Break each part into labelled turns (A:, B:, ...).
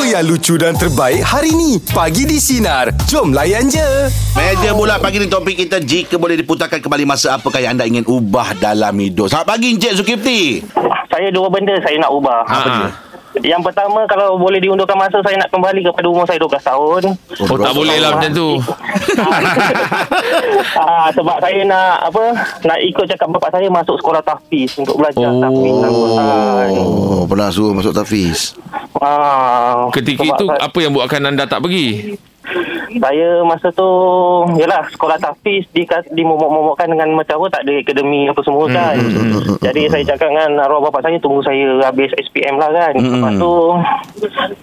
A: yang lucu dan terbaik hari ni. Pagi di Sinar. Jom layan je.
B: Meja bola pagi ni topik kita jika boleh diputarkan kembali masa apakah yang anda ingin ubah dalam hidup. Selamat pagi Encik Zulkifli.
C: Saya dua benda saya nak ubah.
B: Ha.
D: Ah.
C: Yang pertama kalau boleh diundurkan masa saya nak kembali kepada umur saya 12 tahun.
D: Oh tak boleh lah macam tu
C: ah, sebab saya nak apa nak ikut cakap bapak saya masuk sekolah tahfiz untuk belajar oh. tahfiz Ah. Al-Quran.
B: Oh, pernah suruh masuk tafiz.
C: Ah,
D: Ketika
C: sebab
D: itu
C: saya,
D: Apa yang buatkan anda tak pergi
C: saya masa tu yalah sekolah tahfiz di dimomok-momokkan dengan macam apa tak ada akademi apa semua kan. Jadi saya cakap dengan arwah bapak saya tunggu saya habis SPM lah kan. Lepas tu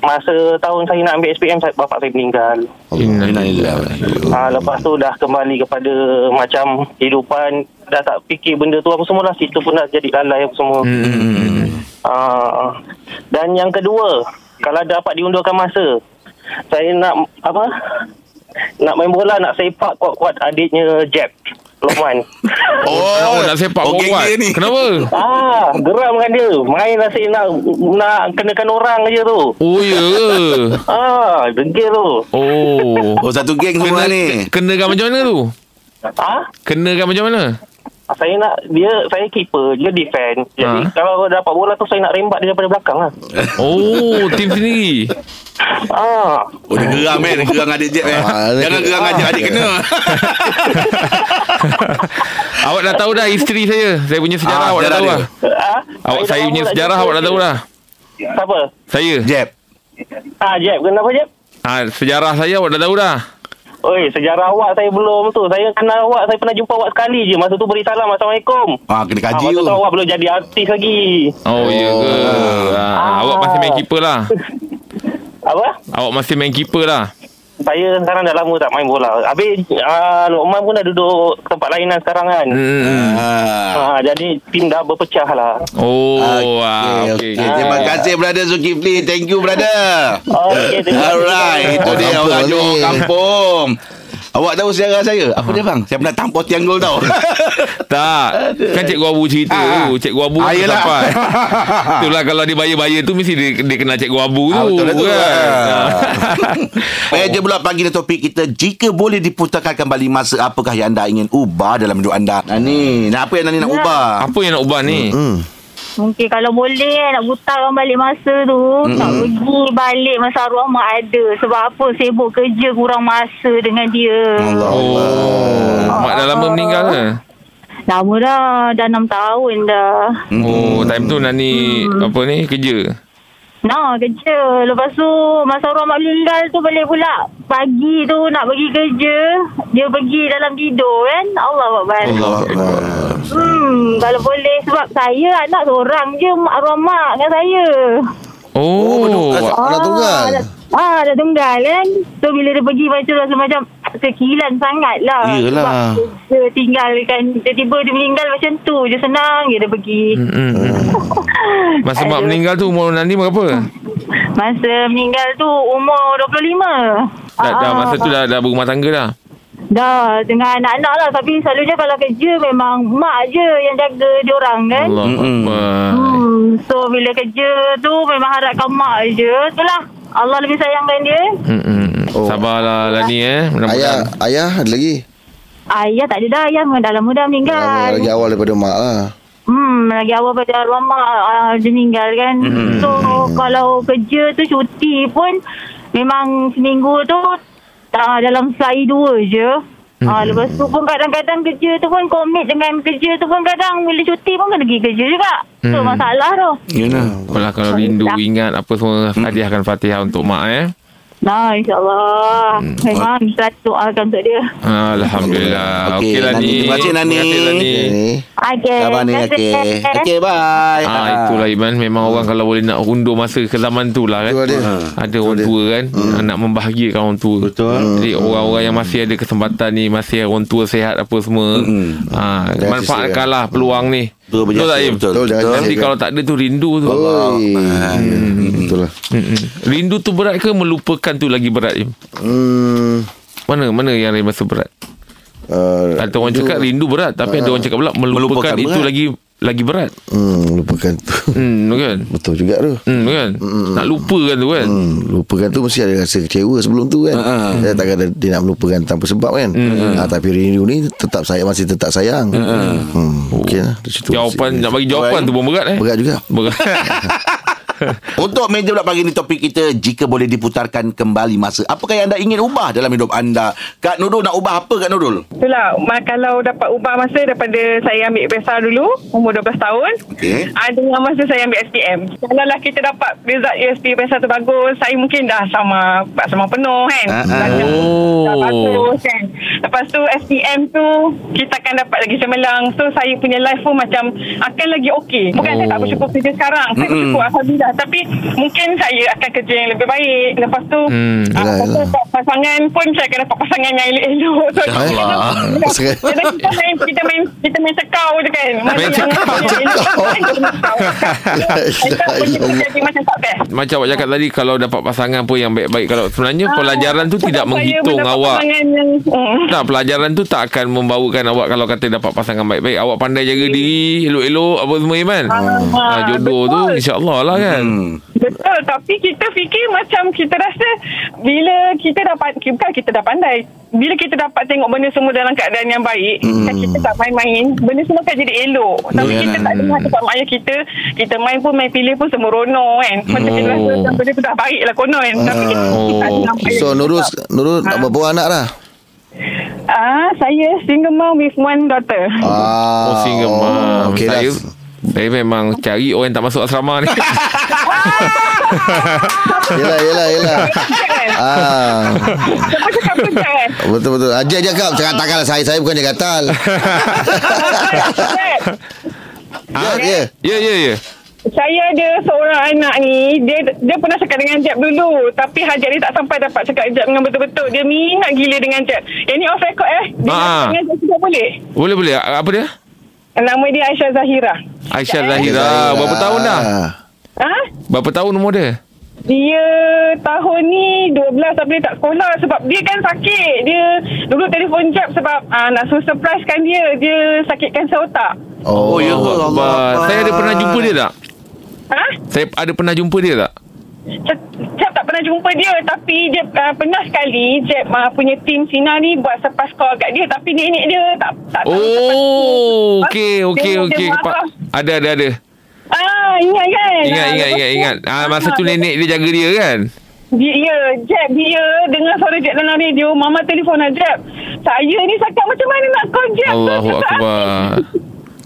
C: masa tahun saya nak ambil SPM saya- bapak saya meninggal.
B: Innalillahi.
C: Ha, lepas tu dah kembali kepada macam kehidupan dah tak fikir benda tu apa semua lah situ pun dah jadi lalai apa semua hmm. ha, dan yang kedua kalau dapat diundurkan masa saya nak apa nak main bola nak sepak kuat-kuat adiknya Jeb Lokman
D: Oh nak sepak kau
B: okey
D: buat
B: dia ni.
D: Kenapa
C: ah geram dengan dia main asyik nak nak kenakan orang je tu
D: Oh ya ke
C: ah degil tu
D: Oh
B: Oh, satu geng
D: Kena,
B: semua ni.
D: kena kan macam mana tu
C: ah
D: Kena kan macam mana
C: Saya nak dia saya keeper, dia defend. Jadi
D: Ha.
C: kalau dapat bola tu saya nak rembat dia daripada belakang lah.
D: Oh Tim sendiri
C: ah.
B: Oh, dia gerang
D: eh.
B: man. Gerang adik Jeb man.
E: Ah, dia-
B: Jangan gerang adik adik kena.
D: Awak dah tahu dah Isteri saya Saya punya sejarah
B: Ah,
D: Awak dah
B: sejarah
D: tahu
B: dia.
D: lah
C: Ah,
D: Awak saya
C: dah
D: punya
C: lama tak
D: sejarah
C: jumpa
D: Awak dah tahu
C: dia.
D: dah
C: Siapa?
D: Saya
B: Jeb.
C: Ah, Jeb, kenapa Jeb?
D: ha, Sejarah saya awak dah tahu dah
C: Oi, sejarah awak saya belum tu. Saya kenal awak, saya pernah jumpa awak sekali je. Masa tu beri salam, Assalamualaikum.
B: Ah, kena
C: Ah,
B: kaji
C: masa
B: tu.
C: tu awak belum jadi artis lagi.
D: Oh, ya ke ha, Awak masih main keeper lah
C: Apa?
D: Awak masih main keeper lah
C: Saya sekarang dah lama tak main bola. Habis ah, Lokman pun dah duduk tempat lainan sekarang kan.
D: hmm.
B: Ah.
C: Ah, jadi tim dah berpecah lah.
D: Oh
B: Okay,
D: ah,
B: okay.
D: okay,
B: Terima kasih brother Zulkifli. Thank you brother.
C: Okay, Ah, terima kasih.
B: Alright, itu dia
E: Kampung
B: orang
E: ni.
B: Johor kampung. Awak tahu sejarah saya? Apa dia bang? Saya pernah tampar tiang gol tau.
D: Tak Kan Cikgu Abu cerita
B: Ah,
D: tu Cikgu Abu
B: Ah,
D: tak
B: yelah.
D: dapat Itulah kalau dia bayar-bayar tu Mesti dia, dia kena Cikgu Abu tu
B: Ah, betul lah tu.
D: Ah.
B: Meja pula pagi ni topik kita Jika boleh diputarkan kembali masa Apakah yang anda ingin ubah dalam hidup anda nah, Ni, nah, apa yang anda nak ubah?
D: Ah. Apa yang nak ubah ni
B: Mm,
E: Hmm.
F: Mungkin kalau boleh eh, nak putarkan balik masa tu mm Nak pergi balik masa arwah mak ada Sebab apa sibuk kerja kurang masa dengan dia
E: Allah.
D: Oh Mak dah lama meninggal eh? ke
F: Lama dah, dah 6 tahun dah
B: Mm.
D: Oh time tu Nani Apa ni Kerja
F: Nah kerja Lepas tu masa arwah mak meninggal tu balik pula Pagi tu nak pergi kerja Dia pergi dalam tidur kan Allah Akbar Hmm, kalau boleh sebab saya anak seorang je mak arwah mak dengan saya.
D: Oh,
E: Anak tunggal.
F: anak- Ah, dah tunggal kan. So bila dia pergi macam rasa macam sekilan sangat lah.
B: Yelah.
F: Sebab dia tinggalkan, tiba-tiba dia meninggal macam tu je senang je dia pergi.
D: Hmm, hmm, hmm. Masa mak
F: Aduh.
D: meninggal tu Umur Nani berapa
F: Masa meninggal tu umur 25.
D: Dah, dah
F: Ah,
D: masa tu dah, dah berumah tangga dah
F: Dah dengan anak-anak lah Tapi selalunya kalau kerja memang mak je yang jaga diorang kan
D: Allah
B: Mm-mm.
F: Hmm, so bila kerja tu memang harapkan mak je. Itulah Allah lebih sayangkan dia.
D: Oh. Sabarlah Lani eh
E: Ayah,
D: Mudah-mudahan
E: ayah ada lagi.
F: Ayah tak ada dah ayah memang dah lama dah
E: Awal,
F: meninggal.
D: Ya
E: lagi awal daripada mak lah.
F: Hmm, lagi awal pada arwah mak uh, dia meninggal kan. Hmm. So kalau kerja tu cuti pun memang seminggu tu uh, dalam sehari dua je. Hmm. Uh, lepas tu pun kadang-kadang kerja tu pun komit dengan kerja tu pun kadang bila cuti pun kena pergi kerja juga. So
D: Hmm.
F: masalah tu.
B: Yalah
D: Apalah kalau rindu ingat apa semua hadiahkan Fatihah untuk mak eh.
F: Nah, insyaAllah. Memang kita doakan untuk dia.
D: Alhamdulillah.
B: Okey,
D: Okey lah
B: Nani.
D: ni.
B: Terima kasih, Nani.
D: Terima kasih Nani.
E: Ini.
F: Okay.
B: Sabar ni, okay Okay, bye
D: Ah itulah Iman memang orang kalau boleh nak undur masa ke zaman tu lah kan.
E: Betul dia.
D: Ada orang tua kan nak membahagiakan orang tua. Betul. Jadi orang-orang yang masih ada kesempatan ni masih orang tua sihat apa semua. Ah manfaatkanlah peluang ni.
B: Betul,
D: Betul tak Im?
B: betul,
E: Betul, jangan
D: Nanti
E: sia-siakan.
D: kalau tak ada tu rindu tu.
E: Oi. Hmm, Betul lah.
D: Mm-mm. Rindu tu berat ke melupakan tu lagi berat Im?
E: Hmm.
D: Mana mana yang rasa berat?
E: Uh,
D: Ada orang cakap rindu berat Tapi ada orang cakap pula Melupakan,
B: Melupakan
D: itu
B: berat.
D: lagi lagi berat.
E: hmm, lupakan tu
D: Hmm kan.
E: Betul juga tu
D: Hmm kan. Nak lupa kan tu kan.
E: Hmm, lupakan tu mesti ada rasa kecewa sebelum tu kan. Uh-huh. Dia takkan ada- dia nak melupakan tanpa sebab kan. Uh-huh. Ha, tapi rindu ni tetap saya masih tetap sayang. Uh-huh. Hmm, okey lah. Di situ
D: Jawapan nak
E: masih-
D: bagi jawapan tu pun berat eh.
E: berat juga.
D: Berat.
B: Untuk meja pula pagi ni topik kita jika boleh diputarkan kembali masa. Apakah yang anda ingin ubah dalam hidup anda? Kak Nurul nak ubah apa Kak Nurul?
G: Itulah ma- Kalau dapat ubah masa Daripada saya ambil PESA dulu Umur 12 tahun
B: Okey.
G: ah, Dengan masa saya ambil SPM Kalau lah kita dapat Result USP PESA tu bagus Saya mungkin dah sama Sama penuh kan
B: Ah, ah.
G: Belajar Dah
D: Oh.
G: bagus kan Lepas tu SPM tu Kita akan dapat lagi cemerlang So saya punya life pun macam Akan lagi okey Bukan
D: Oh.
G: saya tak bersyukur kerja sekarang Saya bersyukur Alhamdulillah Tapi mungkin saya akan kerja yang lebih baik Lepas tu
D: Hmm.
G: ah,
E: Yelah,
G: lepas tu
E: yelah.
G: Pasangan pun Saya akan dapat pasangan yang elok-elok
D: Ya
G: so, kita-
B: Allah.
E: Sekarang-
G: Kadang kita main kita main kita main cekau je kan. Mana
D: Main
G: yang-
D: cekau,
G: yang- yang- Kita punya jadi macam tak best.
D: Macam awak cakap tadi Kalau dapat pasangan pun yang baik-baik Kalau sebenarnya pelajaran tu
G: Sebab
D: tidak
G: Ah, saya
D: menghitung
G: mendapat
D: awak
G: pasangan Yang, hmm.
D: Tak, pelajaran tu tak akan membawakan awak kalau kata dapat pasangan baik-baik. Awak pandai jaga diri, elok-elok, apa semua, Iman.
G: Ah,
D: Ha, jodoh
G: betul.
D: tu, insyaAllah lah kan.
B: Hmm.
G: Betul tapi kita fikir macam kita rasa bila kita dapat bukan kita dah pandai bila kita dapat tengok benda semua dalam keadaan yang baik hmm. kita tak main-main benda semua akan jadi elok
E: Ya
G: tapi
B: Yalah.
G: kita tak
E: kan.
G: dengar cakap mak ayah kita kita main pun main pilih pun semua rono kan macam
E: Hmm.
G: kita rasa
D: Oh.
G: macam benda tu dah baik lah konon tapi kita
D: Oh.
G: tak nampak.
E: So Nurul Nurul nak
G: Ha.
E: berapa anak lah? dah?
G: Ah, saya single mom with one daughter.
E: Ah.
D: Oh, single mom.
E: Okey lah.
D: saya,
E: dah.
D: saya memang cari orang tak masuk asrama ni.
E: Yelah yelah yelah. ah.
G: Siapa cakap pun kan?
E: Betul betul. Ajak je kau. Cakap takkanlah saya saya bukan jaga tal.
G: eh?
E: Ya ya.
D: ya, ya, ya.
G: Saya ada seorang anak ni Dia dia pernah cakap dengan Jeb dulu Tapi hajat dia tak sampai dapat cakap Jeb dengan betul-betul Dia minat gila dengan Jeb Yang ni off record eh
D: Ah.
G: Dia nak cakap dengan Jeb juga boleh
D: Boleh, boleh. Apa dia?
G: Nama dia Aisyah Zahira
D: Aisyah
G: Sekejap, eh.
D: Zahira. Berapa tahun dah?
G: Ha?
D: Berapa tahun umur dia?
G: Dia tahun ni 12 tapi dia tak sekolah Sebab dia kan sakit Dia dulu telefon Jeb sebab ah, Nak suruh surprise kan dia Dia sakit kanser otak
E: Oh,
B: ya
D: Wah, Saya ada pernah jumpa dia tak?
G: Ha?
D: Saya ada pernah jumpa dia tak?
G: Jeb Jeb tak pernah jumpa dia tapi dia uh, pernah sekali Jeb uh, punya tim Sina ni buat surprise call kat dia tapi nenek dia tak tak tahu
D: Oh,
G: surprise
D: okey,
G: call.
D: okey,
G: Dia- dia
D: okey.
G: marah.
D: Ada, ada, ada.
G: Ah, ingat kan?
D: Ingat,
G: Ah,
D: ingat, ingat,
G: lepas tu-
D: ingat. Ah, masa tu
G: Ah,
D: nenek dia jaga dia kan?
G: Dia, ya, Jeb, dia dengar suara Jeb dalam radio. Mama telefon lah, Jeb. Saya ni sakit macam mana nak call Jeb? tu?
D: Allahu
G: Cakap,
D: Akbar.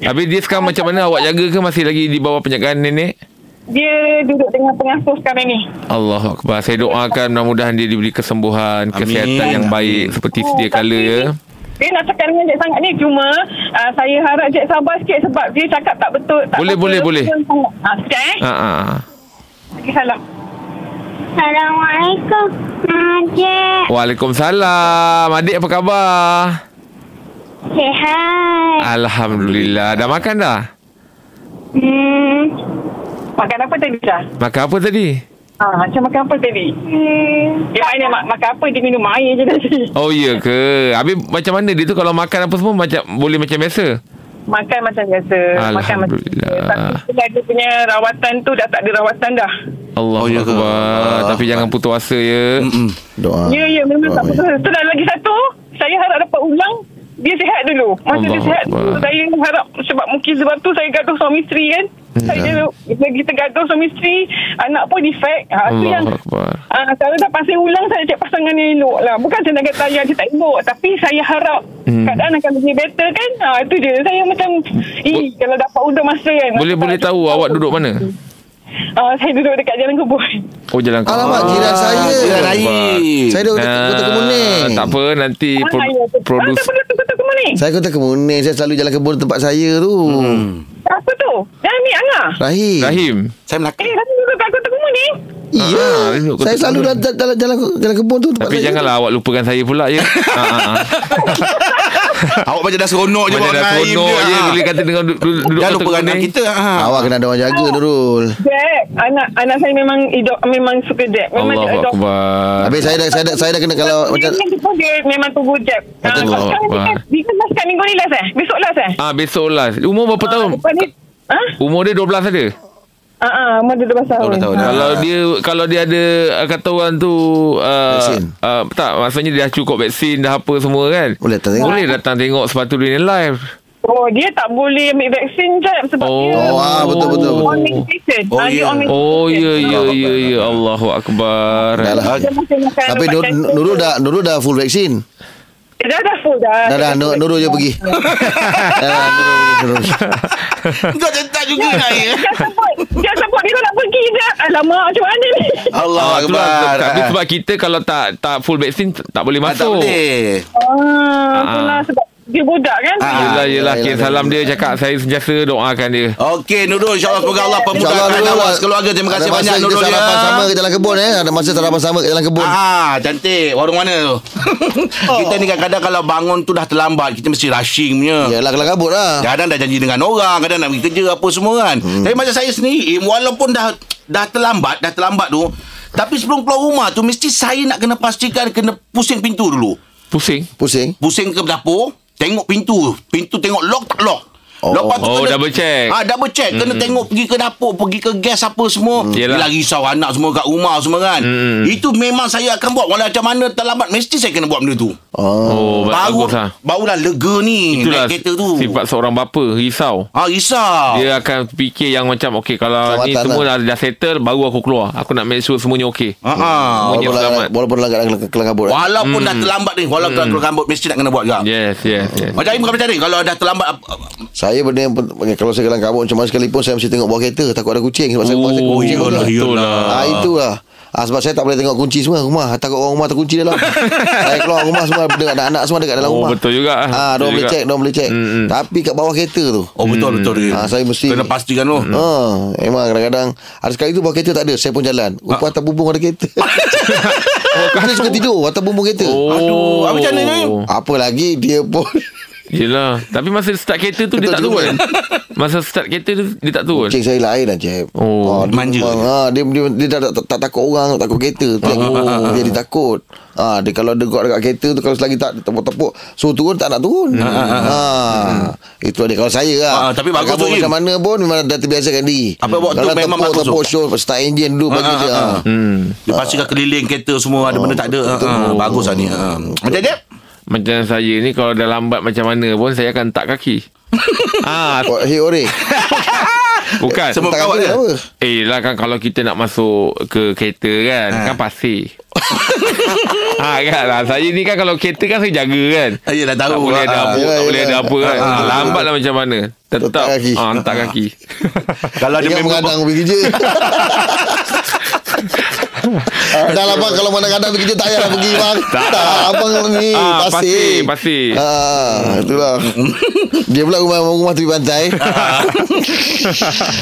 D: Habis dia sekarang macam mana awak jaga ke masih lagi di bawah penjagaan nenek?
G: Dia duduk dengan pengasuh sekarang ni.
D: Allahu Akbar. Saya doakan mudah-mudahan dia diberi kesembuhan, kesihatan yang baik seperti sedia
G: Oh, tapi
D: kala ya.
G: Dia nak cakap dengan Jack sangat ni Cuma uh, Saya harap Jack sabar sikit Sebab dia cakap tak betul tak
D: Boleh, boleh, boleh.
G: betul. ha, Sekejap eh
D: Ha ah.
G: Okey, salam
F: Assalamualaikum. Najib.
D: Waalaikumsalam. Adik apa khabar?
F: Sihat.
D: Alhamdulillah. Dah makan dah?
G: Hmm Makan apa tadi dah?
D: Makan apa tadi?
G: Ha, macam makan apa tadi?
F: Hmm.
G: Dia main mak, makan apa Dia minum air je tadi
D: Oh iya ke? Habis macam mana dia tu kalau makan apa semua macam boleh macam biasa?
G: Makan macam biasa Makan macam biasa
D: Alhamdulillah.
G: Tapi bila dia punya rawatan tu Dah tak ada rawatan dah
D: Allahu
B: Oh, ya ke?
D: Akbar. Tapi jangan putus asa ya.
E: Doa.
G: Ya ya memang
E: Doa.
G: tak betul Itu dah lagi satu Saya harap dapat ulang Dia sihat dulu Masa
D: Allah
G: dia sihat dulu,
D: Akbar.
G: Saya harap Sebab mungkin sebab tu Saya gaduh suami isteri kan
D: Hmm. Ya.
G: saya bila kita gaduh suami isteri anak pun defect ha, tu yang
D: Allahu Akbar.
G: Ah, kalau dah pasal ulang saya cek pasangan yang elok lah. Bukan saya nak kata ayah dia tak elok. Tapi saya harap
D: Hmm.
G: hmm. keadaan akan lebih better kan. Ha, itu je. Saya macam, eh, kalau dapat udah masa kan.
D: Boleh boleh tahu awak duduk mana?
G: Ah, saya duduk dekat Jalan Kebun.
D: Oh jalan kau.
E: Alamak, Ah, jiran saya.
B: Ah, Jiran air.
E: Saya duduk dekat Kota Kemuning.
D: Eh, Tak apa nanti Eh,
G: Ah,
D: pro-
G: saya tu.
D: produs
G: Ah, tak perlu tu ni.
E: Saya Kota Kemuning. Saya selalu jalan kebun tempat saya tu.
G: Apa tu? Dah ambil Angah.
E: Rahim.
D: Hmm. Rahim.
B: Saya Melaka.
G: Eh, kamu duduk kat Kota Kumun ni?
E: Iya.
D: Ah, Rahim Kota
E: saya selalu
D: Kemuning.
E: jalan jalan jalan, jalan kebun tu tempat
D: Tapi
E: saya.
D: janganlah awak lupakan saya pula ya. Ha ha. ha.
B: Awak macam dah seronok je
D: Macam
B: bawa
D: dah
B: Rahim
D: seronok
B: dia,
D: je
B: ah.
D: bila kata dengan duduk duduk
B: Dah
D: Kota
B: lupa anak
D: Kemuning.
B: kita. ah.
E: Awak kena ada orang jaga Nurul.
G: Jack, anak anak saya memang idol, memang suka Jack. Memang
D: Allahu
G: dia adopt.
D: Akbar.
E: Habis saya dah saya dah, saya dah kena kalau
G: Dia,
E: macam
G: dia, dia, pun dia memang tunggu Jack. Ah,
D: Allahu
G: sekarang dia
D: Akbar.
G: kan- Dia kan last kat minggu ni last eh? Besok last eh?
D: Ah besok lah. Umur berapa tahun?
G: Lepas ni Ha?
D: Umur dia 12 ada.
G: Ha ah, umur dia
E: Oh,
G: 12 tahun.
B: 12 tahun.
D: Ha.
B: Ah.
D: Kalau dia kalau dia ada ah, kata orang tu uh,
E: Vaksin.
D: uh, tak maksudnya dia dah cukup vaksin dah apa semua kan.
E: Boleh datang tengok.
D: Boleh datang tengok sepatu dia ni live.
G: Oh, dia tak boleh ambil vaksin je sebab
D: Oh.
G: dia
E: Wah, ah, betul, betul, betul.
G: on medication.
B: Oh,
G: Ah, dia
B: ya.
G: on medication.
D: Oh ya ya ya ya Allahu akbar.
E: Dah lah.
G: Dia masih makan
E: Tapi
G: ubat
E: Nur,
G: cancer.
E: Nurul dah Nurul dah full vaksin.
G: Dia Eh, dah dah full dah.
E: Dah dah Nur, Nurul je pergi. Dah, Nurul pergi, Nurul.
B: Kau centang juga nak ya.
G: Jangan sebut. Jangan sebut dia tak nak pergi je. Alamak, macam mana ni?
B: Allah
D: Ah, itulah.
B: Akbar.
D: Tapi sebab kita kalau tak tak full vaksin tak boleh
B: Ah, tak
D: masuk.
B: boleh.
G: Ah, itulah sebab dia budak kan.
B: Ah.
D: Yelah, yelah.
E: yelah,
D: Kes
E: yelah.
D: salam dia cakap saya sentiasa doakan dia.
B: Okey Nurul InsyaAllah semoga Allah Pemudahkan
E: Nurul,
B: awak sekeluarga Terima kasih
E: ada masa
B: banyak
E: kita
B: Nurul
E: sarapan sama
B: ya
E: ke jalan kebun eh. Ada masa sarapan sama ke jalan kebun.
B: Ah, cantik. Warung mana tu? kita ni kadang-kadang kalau bangun tu dah terlambat, kita mesti rushing punya.
E: Yalah kelang kabut lah.
D: Ya.
B: Kadang dah janji dengan orang, kadang nak pergi kerja apa semua kan. Hmm. Tapi macam saya sendiri, eh, walaupun dah dah terlambat, dah terlambat tu, tapi sebelum keluar rumah tu mesti saya nak kena pastikan kena pusing pintu dulu.
D: Pusing.
E: Pusing.
B: Pusing ke dapur, tengok pintu. Pintu tengok lock tak lock.
E: Oh.
B: Lepas tu
D: Oh, double check. Hmm.
B: Ah, double check. Kena tengok pergi ke dapur, pergi ke gas apa semua. Hmm.
D: Yelah.
B: Yelah risau anak semua kat rumah semua kan. Hmm. Itu memang saya akan buat. Walau macam mana terlambat, mesti saya kena buat benda tu.
E: Oh.
D: Oh,
B: Baru,
D: bagus lah.
B: barulah lega ni
D: Itulah
B: Itulah naik kereta tu.
D: sifat Ya. seorang bapa risau.
B: Ah, risau.
D: Dia akan fikir yang macam okey kalau
E: Selamat
D: ni
E: datang
D: semua dah, dah settle baru aku keluar. Aku nak make sure semuanya
B: Ha
D: okey.
B: ah.
D: Punya
E: Walaupun
D: selamat.
E: lah, walaupun lah kelang, kelang kabut. eh.
B: Walaupun dah terlambat ni, walaupun hmm. keluar rambut mesti nak kena buat juga. Yeah.
D: Yes, yes,
E: Ah.
D: yes.
B: Macam Aim kau macam ni kalau dah terlambat ah, apa- apa-
E: Saya benda yang pen- kalau saya kelang kabut macam mana sekalipun saya mesti tengok bawah kereta takut ada kucing sebab saya
D: Oh,
E: rumah saya kucing.
D: ya
B: iyalah,
E: pun.
B: iyalah.
D: lah.
E: Ah itulah. Ah, sebab saya tak boleh tengok kunci semua rumah. Takut orang rumah terkunci dalam. saya keluar rumah semua dekat anak-anak semua dekat dalam
D: Oh,
E: rumah.
D: betul juga.
E: Ah,
D: Betul
E: dia boleh
D: juga.
E: check, dia boleh check.
D: Mm-mm.
E: Tapi kat bawah kereta tu.
B: Oh betul betul dia.
E: Ah, saya mesti-
B: kena pastikan tu.
D: Mm.
E: Ha, memang kadang-kadang ada sekali tu bawah kereta tak ada, saya pun jalan.
D: Ah.
E: Rupa atas bumbung ada kereta. Kita suka tidur atas bumbung kereta.
D: Oh.
B: Aduh, apa macam mana ni?
E: Apa lagi dia pun
D: Yelah. Tapi masa start kereta tu dia
E: Betul
D: tak
E: juga.
D: turun. Masa start kereta tu dia tak turun.
E: Cik saya lain lah Cik
D: Oh,
E: dia
B: manja.
E: memang, ha, dia, dia, dia tak, tak, tak, takut orang Tak takut kereta tu yang
B: Oh.
E: Dia dia takut ha, dia, Kalau dia got dekat kereta tu Kalau selagi tak tepuk-tepuk Suruh turun tak nak turun ha, Itu dia kalau saya lah
B: Ah, ah, tapi bagus
E: Kalau
B: tu,
E: Macam
B: Im.
E: mana pun Memang dah terbiasakan diri
B: Apa buat tu
E: Kalau
B: memang
E: tepuk,
B: bagus tu. Ah,
E: tepuk show Start engine dulu bagi dia ha.
D: Hmm.
B: Dia pastikan keliling kereta semua ada benda tak ada. Ha, ha, bagus lah ni. Ha. Macam dia?
D: Macam saya ni kalau dah lambat macam mana pun saya akan tak kaki. ah,
E: Oh, Hey Ore
D: bukan.
B: Semua-
E: Tak
B: kawan
E: kata
B: dia.
E: apa
D: Eh lah kan kalau kita nak masuk ke kereta kan ha. Kan pasir ha, kan lah Saya ni kan kalau kereta kan saya jaga kan
B: Ya dah
D: Tak
B: tahu.
D: boleh ada
B: Ha,
D: apa
E: yelah,
D: Tak boleh ada
E: yelah.
D: apa kan
E: Ah, ah,
D: Lambat lah macam mana Tetap
E: Tetap kaki.
D: ha, Hantar kaki
B: Kalau ada
E: Ingat
B: member
E: mengadang pergi kerja Ah, dah lah bang Kalau mana kadang pergi kerja Tak payahlah pergi bang Tak, Abang ni
D: Ah, pasir,
E: Pasir
D: pasir.
E: Ah, Itulah Dia pula rumah Rumah tepi pantai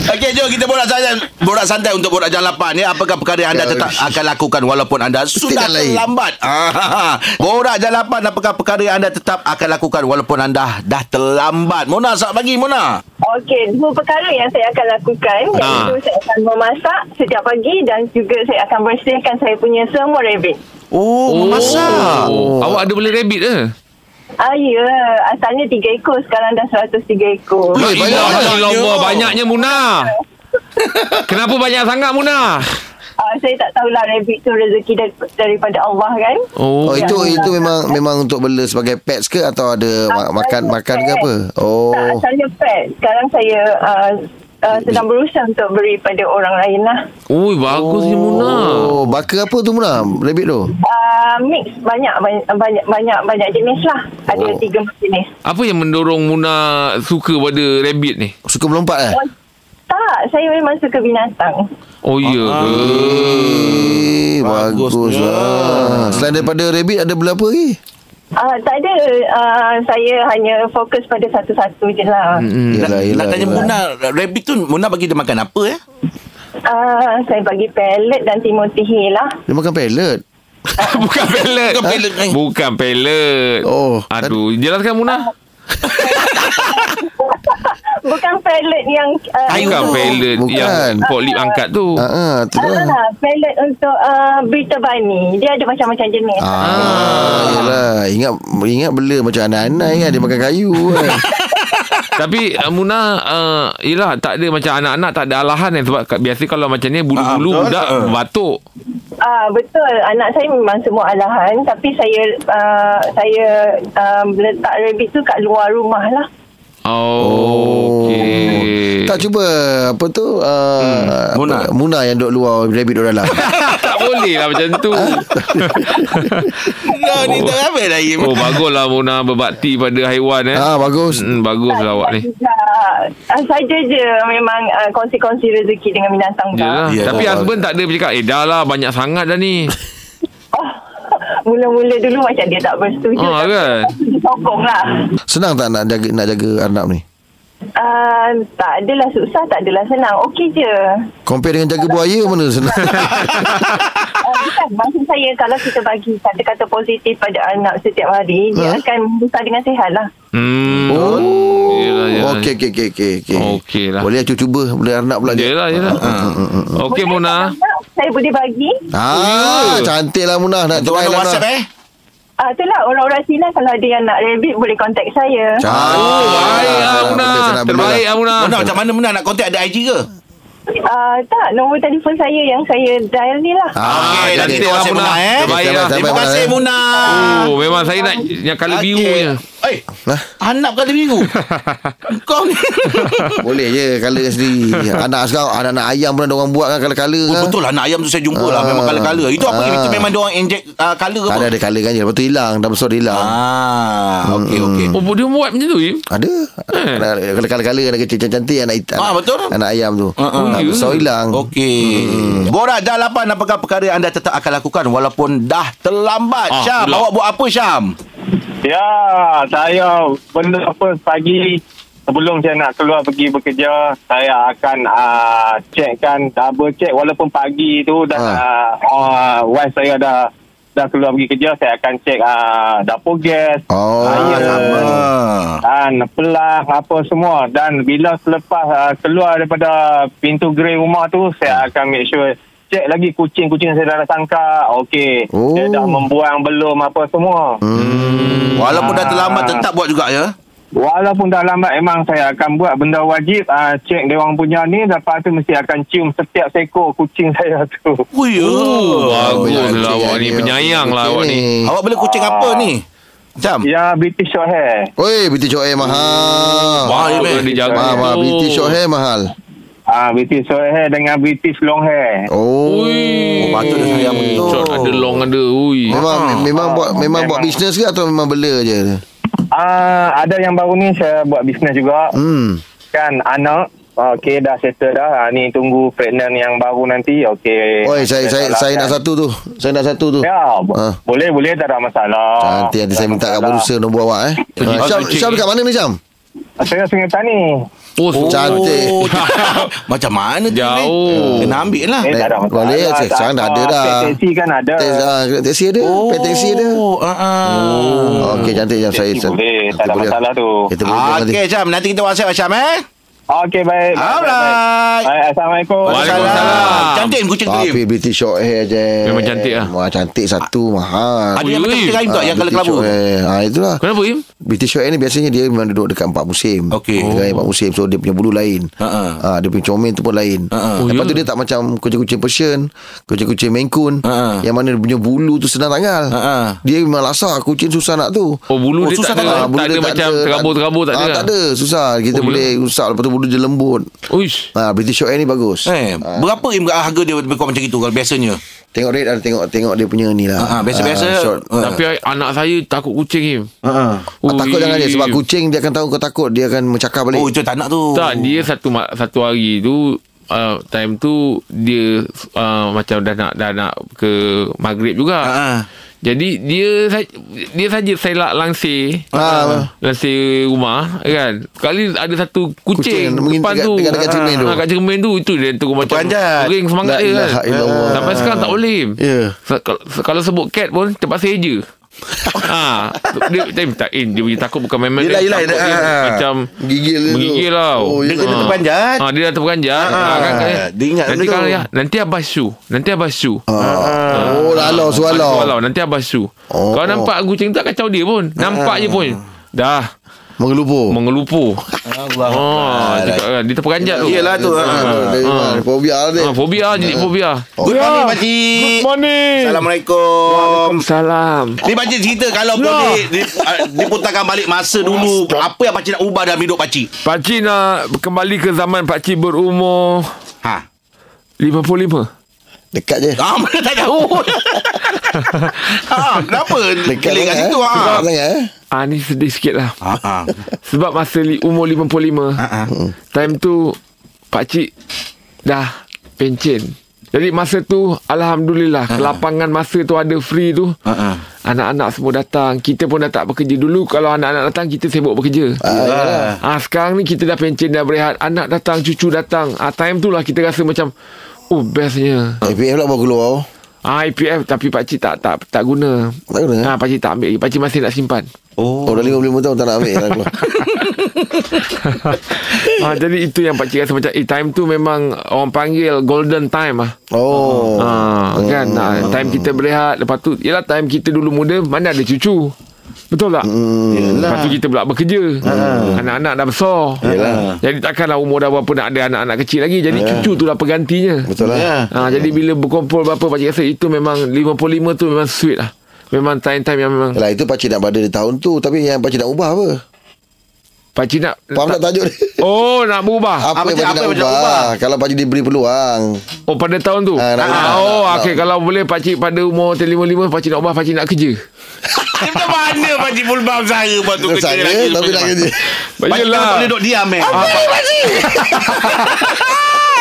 B: Okey, jom kita borak santai, borak santai untuk borak jam 8 ya. Apakah perkara yang anda
E: Ya,
B: tetap
E: ish.
B: akan lakukan walaupun anda sudah
E: Petikan lain.
B: terlambat? Ah, ha, ha. borak jam 8 apakah perkara yang anda tetap akan lakukan walaupun anda dah terlambat? Mona, selamat pagi Mona.
G: Okey, dua perkara yang saya akan lakukan
D: Ah.
G: iaitu saya akan memasak setiap pagi dan juga saya akan bersihkan saya punya semua rabbit.
B: Oh, memasak.
D: oh. Awak ada boleh rabbit ke?
G: Ah, ya. Asalnya tiga ekor, sekarang dah 103 ekor.
E: Eh, banyak
D: Ilah,
B: banyaknya.
D: Allah, Banyaknya Muna Kenapa banyak sangat Muna?
G: Ah, saya tak tahulah rabbit tu rezeki dar- daripada Allah kan.
E: Oh,
D: Oh,
E: itu itu memang memang untuk bela sebagai pets ke atau ada ma- makan makan ke apa? Oh.
G: Tak, asalnya pet. Sekarang saya uh, uh, sedang berusaha untuk beri pada orang lain lah.
D: Ui, bagusnya Muna
E: Oh, bakar apa tu Muna? Rabbit tu.
G: Uh, mix banyak banyak banyak banyak, banyak jenis lah. Ada
E: Oh.
G: tiga jenis.
D: Apa yang mendorong Muna suka pada rabbit ni?
E: Suka melompat eh?
G: Tak, saya memang suka binatang.
D: Oh, ya ke?
E: Eh,
B: Bagus
E: bagus
B: dia.
E: lah. Selain daripada rabbit ada bela apa lagi?
G: Uh, tak ada. Uh, saya hanya fokus pada satu-satu je lah.
E: Hmm,
B: Nak, nak tanya Mona, rabbit tu Mona bagi dia makan apa ya?
G: Uh, saya bagi pellet dan timotihi lah.
E: Dia makan pellet.
D: Bukan pellet.
B: Bukan pellet, eh.
D: Bukan pellet.
E: Oh.
D: Aduh, jelaskan Muna.
G: Bukan pellet yang... Uh,
B: Kayu
D: Bukan
B: tu.
D: pellet
E: Bukan.
D: yang Poklip angkat tu.
E: Ha ah, tu lah.
G: Ah, pellet untuk uh, berita bani. Dia ada macam-macam jenis.
E: Ah, yalah. Ingat ingat bela macam anak-anak kan dia makan kayu kan.
D: Tapi uh, Muna uh, Yelah tak ada Macam anak-anak tak ada alahan kan Sebab kat- biasa kalau macam ni
B: Ah,
D: Bulu-bulu
B: betul.
D: budak
B: Ah.
D: batuk
F: Ah betul anak saya memang semua alahan tapi saya uh, saya um, letak rabbit tu kat luar rumah lah.
D: Oh, okay.
E: Tak cuba Apa tu uh, hmm.
B: Muna.
E: Muna yang duduk luar Rabbit duduk dalam
D: tak boleh lah macam tu.
E: Ah.
B: No, ni tak habis dah Im.
D: oh, baguslah Muna berbakti pada haiwan eh.
E: Ah bagus
D: Hmm, baguslah awak ni.
F: Uh, saja je memang uh, kongsi-kongsi rezeki dengan binatang
D: Yalah.
B: Ya,
D: Tapi
B: tak
D: husband tak ada bercakap, eh dah lah banyak sangat dah ni.
F: Mula-mula dulu macam dia tak bersetuju.
D: Ah,
F: tapi
D: kan?
F: Dia sokong lah.
E: Senang tak nak jaga nak jaga anak ni
F: Uh, tak adalah susah, tak adalah senang. Okey je.
E: Compare dengan jaga buaya Mana senang
F: Uh, bukan, maksud saya kalau kita bagi kata-kata positif pada anak setiap hari, dia
E: Huh?
F: akan besar dengan sihat lah.
D: Hmm.
E: Oh
D: Yelah, yelah.
E: Okey okey okey okey okey.
D: Okey lah.
E: Boleh aku cuba Boleh anak pula je
D: Yelah, yelah. Okey,
F: Boleh
D: Muna.
F: tak, Mona? Saya boleh bagi.
E: Ah, cantik lah Munah Nak
B: Itu
E: try
B: ada
E: lah
B: WhatsApp
E: Munah
B: eh.
F: Ah, itulah orang-orang Cina kalau ada yang nak rabbit boleh contact
D: Oh,
F: saya.
E: Cantik
D: baik
E: lah.
D: ah, Muna.
E: Boleh, senang boleh
D: Terbaik
E: lah.
D: ah, Muna.
B: Muna macam mana Muna nak kontak ada IG ke?
F: Ah, tak, nombor telefon saya yang saya dial ni lah.
E: Ah,
B: Okey,
E: okey,
B: nanti
E: okey.
B: tengok WhatsApp
D: Muna.
B: Muna eh.
D: Terbaik lah.
B: Terima
E: Muna,
B: kasih
E: eh.
B: Muna.
D: Oh, memang saya nak yang color
B: Okey.
D: birunya.
B: Eh,
E: Nah,
B: hanap kali biru. Kau ni.
E: boleh je color kan sendiri. Anak sekarang anak-anak ayam pun ada orang buat kan color-color
B: Oh,
E: kan.
B: betul lah anak ayam tu saya jumpa lah memang
E: Ah.
B: kala-kala. Itu apa
E: Ah.
B: itu memang dia orang inject uh, color ke
E: Tak
B: apa?
E: ada ada color kan je. Lepas tu hilang, dah besar dia hilang.
B: Ah, okey okey.
E: Hmm.
D: Oh, dia buat macam tu, Im?
E: Ada
D: Hmm.
E: Anak- Kalau color-color Anak kecil cantik Anak, anak,
B: Ah, betul.
E: anak ayam tu
B: ah.
E: Tak besar hilang
D: Oh.
B: Okey. Hmm. Borak dah lapan apakah perkara anda tetap akan lakukan walaupun dah terlambat.
D: Ah,
B: Syam,
D: pula.
B: awak buat apa Syam?
C: Ya, saya benda apa pagi sebelum saya nak keluar pergi bekerja, saya akan uh, checkkan, double check walaupun pagi tu dah
E: Ha.
C: uh, uh, wife saya dah dah keluar pergi kerja, saya akan check uh, dapur gas,
E: Oh,
C: air,
E: sama.
B: Ah.
C: dan pelah apa semua dan bila selepas uh, keluar daripada pintu grey rumah tu, saya akan make sure Cek lagi kucing-kucing saya dah sangka Okey
E: Oh.
C: Dia dah membuang belum apa semua
B: Walaupun dah
C: Ah.
B: terlambat tetap buat juga ya.
C: Walaupun dah lambat memang saya akan buat benda wajib uh, Cek dia orang punya ni Lepas tu mesti akan cium setiap seekor kucing saya tu
B: Oh ya.
D: Bagus lah awak ni.
E: Okey,
D: Penyayang lah
E: okey
D: awak ni.
B: Awak beli kucing apa ni? Syam.
C: Ya British Short Hair
E: Oi, BT Short Hair mahal.
B: Wah,
D: Ah,
B: Im, eh.
D: kalau dia jaga
E: Mahal, mahal.
D: tu.
E: BT Short Hair mahal.
C: Ah, British Short Hair dengan British Long Hair
E: Oh.
D: Ui.
B: Oh, patut dia sayang betul.
D: Short ada long ada. Ui.
E: Memang me- memang buat memang buat
C: Memang.
E: bisnes ke atau memang bela je?
C: Ah, Ada yang baru ni saya buat bisnes juga
E: Hmm.
C: Kan anak Okey dah settle dah ah, Ni tunggu pregnant yang baru nanti
G: Ya,
C: Okey
E: Oi, saya saya saya nak satu tu. Saya nak satu tu.
C: Ya bo-
E: Ah.
C: boleh boleh tak ada masalah
E: Nanti nanti saya
C: Tak
E: minta
C: ada Ah,
E: kat
C: masalah.
E: producer nombor awak eh.
D: Pergi
E: Ah,
D: kau
E: Syam,
D: cuci.
E: Syam dekat mana ni Syam?
C: Saya sungai tani
D: Oh, oh.
E: Cantik.
B: Oh, Macam mana tu? ni?
D: Jauh.
B: Kena ambil lah.
C: Eh, tak ada masalah.
E: Boleh,
C: Tak
E: cik. Sekarang dah ada dah.
C: Teksi kan ada.
E: Tes- ah, Teksi ada? Oh. Teksi ada?
B: Oh, ah, ah.
E: Okey, cantik Syam saya.
C: Teksi Hmm. boleh, tak ada masalah tu.
E: Kita boleh jumpa nanti.
B: Okey, Syam. Nanti kita WhatsApp Syam eh.
C: Okey, baik. baik, baik, baik.
B: Alright.
C: Baik, Assalamualaikum.
D: Waalaikumsalam.
B: Cantik kucing tu. Im.
E: Tapi BT Short Hair je.
D: Memang cantik lah.
E: Wah, cantik satu mahal. Ah,
B: Ada yang
D: Ui,
B: macam
D: ui.
B: kucing lain tak yang kala
E: BT
B: kelabu.
E: Short Hair. Ah, itulah.
D: Kenapa, Im?
E: British Short Hair ni biasanya dia memang duduk dekat empat musim.
B: Okey. Ha,
E: Dia oh. empat musim. So dia punya bulu lain.
B: Ha-ha.
E: Ah, dia punya comel tu pun lain.
B: Ha-ha.
D: Oh,
E: Lepas
D: ya.
E: tu dia tak macam kucing-kucing Persian, kucing-kucing Maine Coon
B: Ha-ha.
E: yang mana dia punya bulu tu senang tangal.
B: Ha-ha.
E: Dia memang lasak kucing susah nak tu.
D: Oh, bulu
B: Ha, Oh,
D: dia
B: susah tak
D: tak ada,
B: lah.
D: tak ada macam terabur-terabur tak ada. lah.
E: ah, Tak ada Susah
D: Oh,
E: Kita
D: ya.
E: boleh usap Lepas tu bulu dia lembut
D: Uish.
E: ah, British Short Hair ni bagus Ah,
B: Eh, berapa Im harga dia lebih kurang macam itu kalau biasanya?
E: Tengok rate ada tengok Tengok dia punya ni lah
B: Ha, biasa-biasa.
E: Ah, short.
B: Ha.
D: Tapi anak saya takut kucing, Im.
E: Ah,
D: Ui.
E: takut jangan dia Sebab kucing dia akan tahu kau takut Dia akan mencakar balik
B: Oh, itu tak nak tu.
D: Tak,
E: Oh.
D: dia satu ma- satu hari tu uh, time tu dia uh, macam dah nak dah nak ke maghrib juga.
B: Ha, ha.
D: Jadi dia sa- dia saja selak langsir.
E: Ah.
D: Langsir rumah kan. Sekali ada satu kucing,
E: Kucing, mungkin
D: depan
E: dekat-
D: tu.
E: dekat- dekat cermin tu.
D: Ha, kat cermin tu itu dia tu macam
B: Terperanjat.
D: kering semangat
E: La
D: dia kan.
E: ilaha illallah.
D: Sampai sekarang tak boleh.
E: Ya.
D: Se- kalau- se- Kalau sebut cat pun terpaksa eja. ha, dia time tak in dia punya takut bukan main-main
B: Yelah, yelah,
D: takut
E: ha,
B: yelah.
D: dia
B: Ah.
D: macam
E: Gigil dia tu.
D: menggigil tau
E: Oh,
B: Dia kena terpanjat.
D: ha, dia dah terpanjat ha,
B: Ah,
D: kan, kan,
B: dia ingat
D: nanti
B: benda
D: kalau
B: tu.
D: ya, nanti abah su nanti abah su
E: Ah. Oh lalau sualau
D: Walau nanti abah su
E: Oh.
D: Kalau nampak kucing tu tak kacau dia pun Nampak je pun Dah
B: Oh.
E: Mengelupur.
D: Mengelupur.
B: Allah.
D: Oh, cakap kan. Dia terperanjat tu.
B: Yelah tu. Ha.
E: Dari mana? Fobia lah dia.
D: Ah, fobia jadi fobia.
B: Good morning, Pakcik.
D: Oh. Good morning.
B: Assalamualaikum.
D: Salam.
B: Ni pakcik cerita kalau
D: Lah.
B: no. boleh di, ah, diputarkan balik masa dulu apa yang pakcik nak ubah dalam hidup pakcik?
D: Pakcik nak kembali ke zaman pakcik berumur
B: Ha.
D: 55.
E: Dekat je.
B: Ah, mana tak tahu. ha,
E: Ah,
B: kenapa?
E: Dekat
B: Pilih kat
E: sangat,
B: situ
E: eh.
B: ah.
E: Dekat sangat eh.
D: Ah ni sedih sikit lah.
B: Ha. Ha.
D: Sebab masa li, umur 55
B: Ha.
E: Hmm.
D: Time tu Pakcik Dah Pencen Jadi masa tu Alhamdulillah
E: Ah.
D: Kelapangan masa tu ada free tu
B: Ha.
D: Anak-anak semua datang Kita pun dah tak bekerja Dulu kalau anak-anak datang Kita sibuk bekerja
B: Ah.
D: Ah Sekarang ni kita dah pencen Dah berehat Anak datang Cucu datang ah, Time tu lah kita rasa macam Oh bestnya
E: APM pula baru keluar. oh.
D: ah, IPF tapi pakcik tak tak tak guna
E: Tak guna, eh?
D: ah, Pakcik tak ambil Pakcik masih nak simpan
E: Oh, dah 55 tahun tak nak ambil dah keluar.
D: ah, Jadi itu yang pakcik rasa macam Eh time tu memang Orang panggil golden time ah.
E: Oh. Hmm.
D: Ah, kan ah, time kita berehat lepas tu yalah time kita dulu muda mana ada cucu Betul tak? Hmm. Lepas tu kita pula bekerja Anak-anak dah besar
E: Hmm. Yelah.
D: Jadi takkanlah umur dah berapa Nak ada anak-anak kecil lagi Jadi cucu tu lah penggantinya
E: Betul lah.
B: Ya.
D: ha, Jadi bila berkumpul berapa Pakcik rasa itu memang 55 tu memang sweet lah Memang time-time yang memang
E: Yalah itu pakcik nak pada di tahun tu Tapi yang pakcik nak ubah apa
D: Pakcik nak
E: Faham tak tajuk dia
D: Oh nak berubah
E: Apa,
B: Apa cakap-
E: yang
B: apa
E: pakcik nak
B: yang pakcik
E: ubah?
B: nak ubah?
E: Kalau pakcik diberi peluang
D: Oh pada tahun tu
E: Ah, nak
D: Ah,
E: ubah,
D: Oh
E: nak-
D: okey
E: nak-
D: kalau boleh Pakcik pada umur 55 Pakcik nak ubah Pakcik nak kerja
B: Dia macam mana pakcik pulbam saya buat tu kerja
E: Saya
B: lagi.
E: tapi nak kerja
B: Pakcik tak boleh duduk diam eh.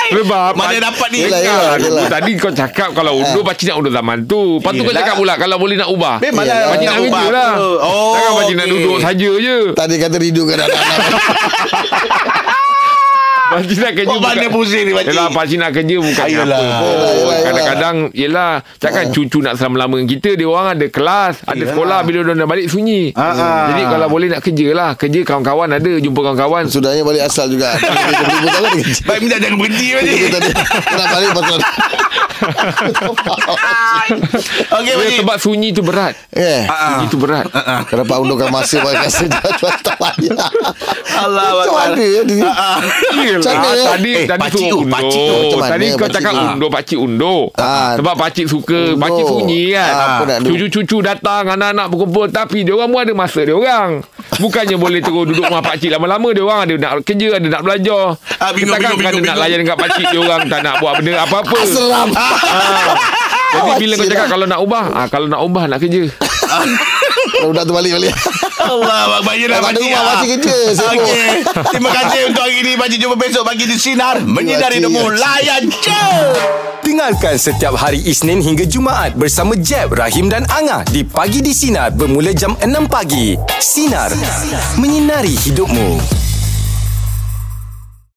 D: Sebab
B: Mana dapat ni?
E: Yelah, yelah.
D: Aku Tadi kau cakap kalau undur pakcik nak undur zaman tu. Lepas tu
B: Ah.
D: kau
B: Yelah.
D: cakap pula kalau boleh nak ubah.
B: Memang lah.
D: Pakcik nak kerja lah.
B: Oh,
D: Jangan pakcik nak
B: okey.
D: duduk saja je.
E: Tadi kata rindu kan anak-anak
D: Pakcik nak kerja.
B: Kau mana
D: bukan-
B: pusing ni pakcik?
D: Yelah pakcik nak kerja bukan
B: Ah, yelah. Ah.
D: apa pun.
E: Yelah, yelah,
D: Kadang-kadang Yelah Takkan cucu nak selama-lama dengan kita Dia orang ada kelas Ada
B: Yelah.
D: sekolah Bila dia dah balik sunyi
B: Ah, ah.
D: Jadi kalau boleh nak kerja lah Kerja kawan-kawan ada Jumpa kawan-kawan
E: Sudahnya balik asal juga Dia tahun dia kerja
B: Baik minta jangan berhenti pakcik.
E: Dia tadi Nak balik pasal
B: Okey
D: Ya,
B: pakcik.
D: sebab sunyi tu berat
E: Eh
B: Ah,
D: Sunyi tu berat
E: Kenapa undurkan masa Bagi rasa Jual tak payah
B: Allah
E: Macam mana ya di
B: Ah,
E: sini Macam mana ya?
D: Tadi
B: Eh,
D: eh, tadi
B: pakcik
D: pakcik
B: tu,
D: suruh
B: pakcik tu
D: undur.
E: macam mana
D: Tadi kau
E: pakcik
D: cakap
E: tu?
D: undur pakcik undur.
E: Ah.
D: Sebab pakcik suka
E: Undur.
D: pakcik sunyi kan.
E: Ah, apa nak
D: Cucu-cucu datang, anak-anak berkumpul tapi dia orang pun ada masa dia orang. Bukannya boleh terus duduk rumah pakcik lama-lama dia orang ada nak kerja, ada nak belajar.
B: Ah, bingung,
D: Kita kan
B: bingung,
D: kadang
B: bingung,
D: nak
B: bingung.
D: layan dengan pakcik dia orang tak nak buat benda apa-apa.
E: Selam
D: Jadi bila kau
E: pakcik
D: cakap
E: lah.
D: kalau nak ubah, ah kalau nak ubah nak kerja.
E: Budak tu balik-balik
B: Allah Baiklah
E: Tak ada
B: pakcik
E: rumah
B: ah.
E: Pakcik kerja Sibuk
B: Okey Terima kasih untuk hari ini Pakcik jumpa besok pagi di Sinar Menyinari
E: Terima
B: Demo
E: kasih.
B: Layan je
A: Dengarkan setiap hari Isnin hingga Jumaat bersama Jeb, Rahim dan Angah di Pagi di Sinar bermula jam 6 pagi. Sinar. Menyinari hidupmu.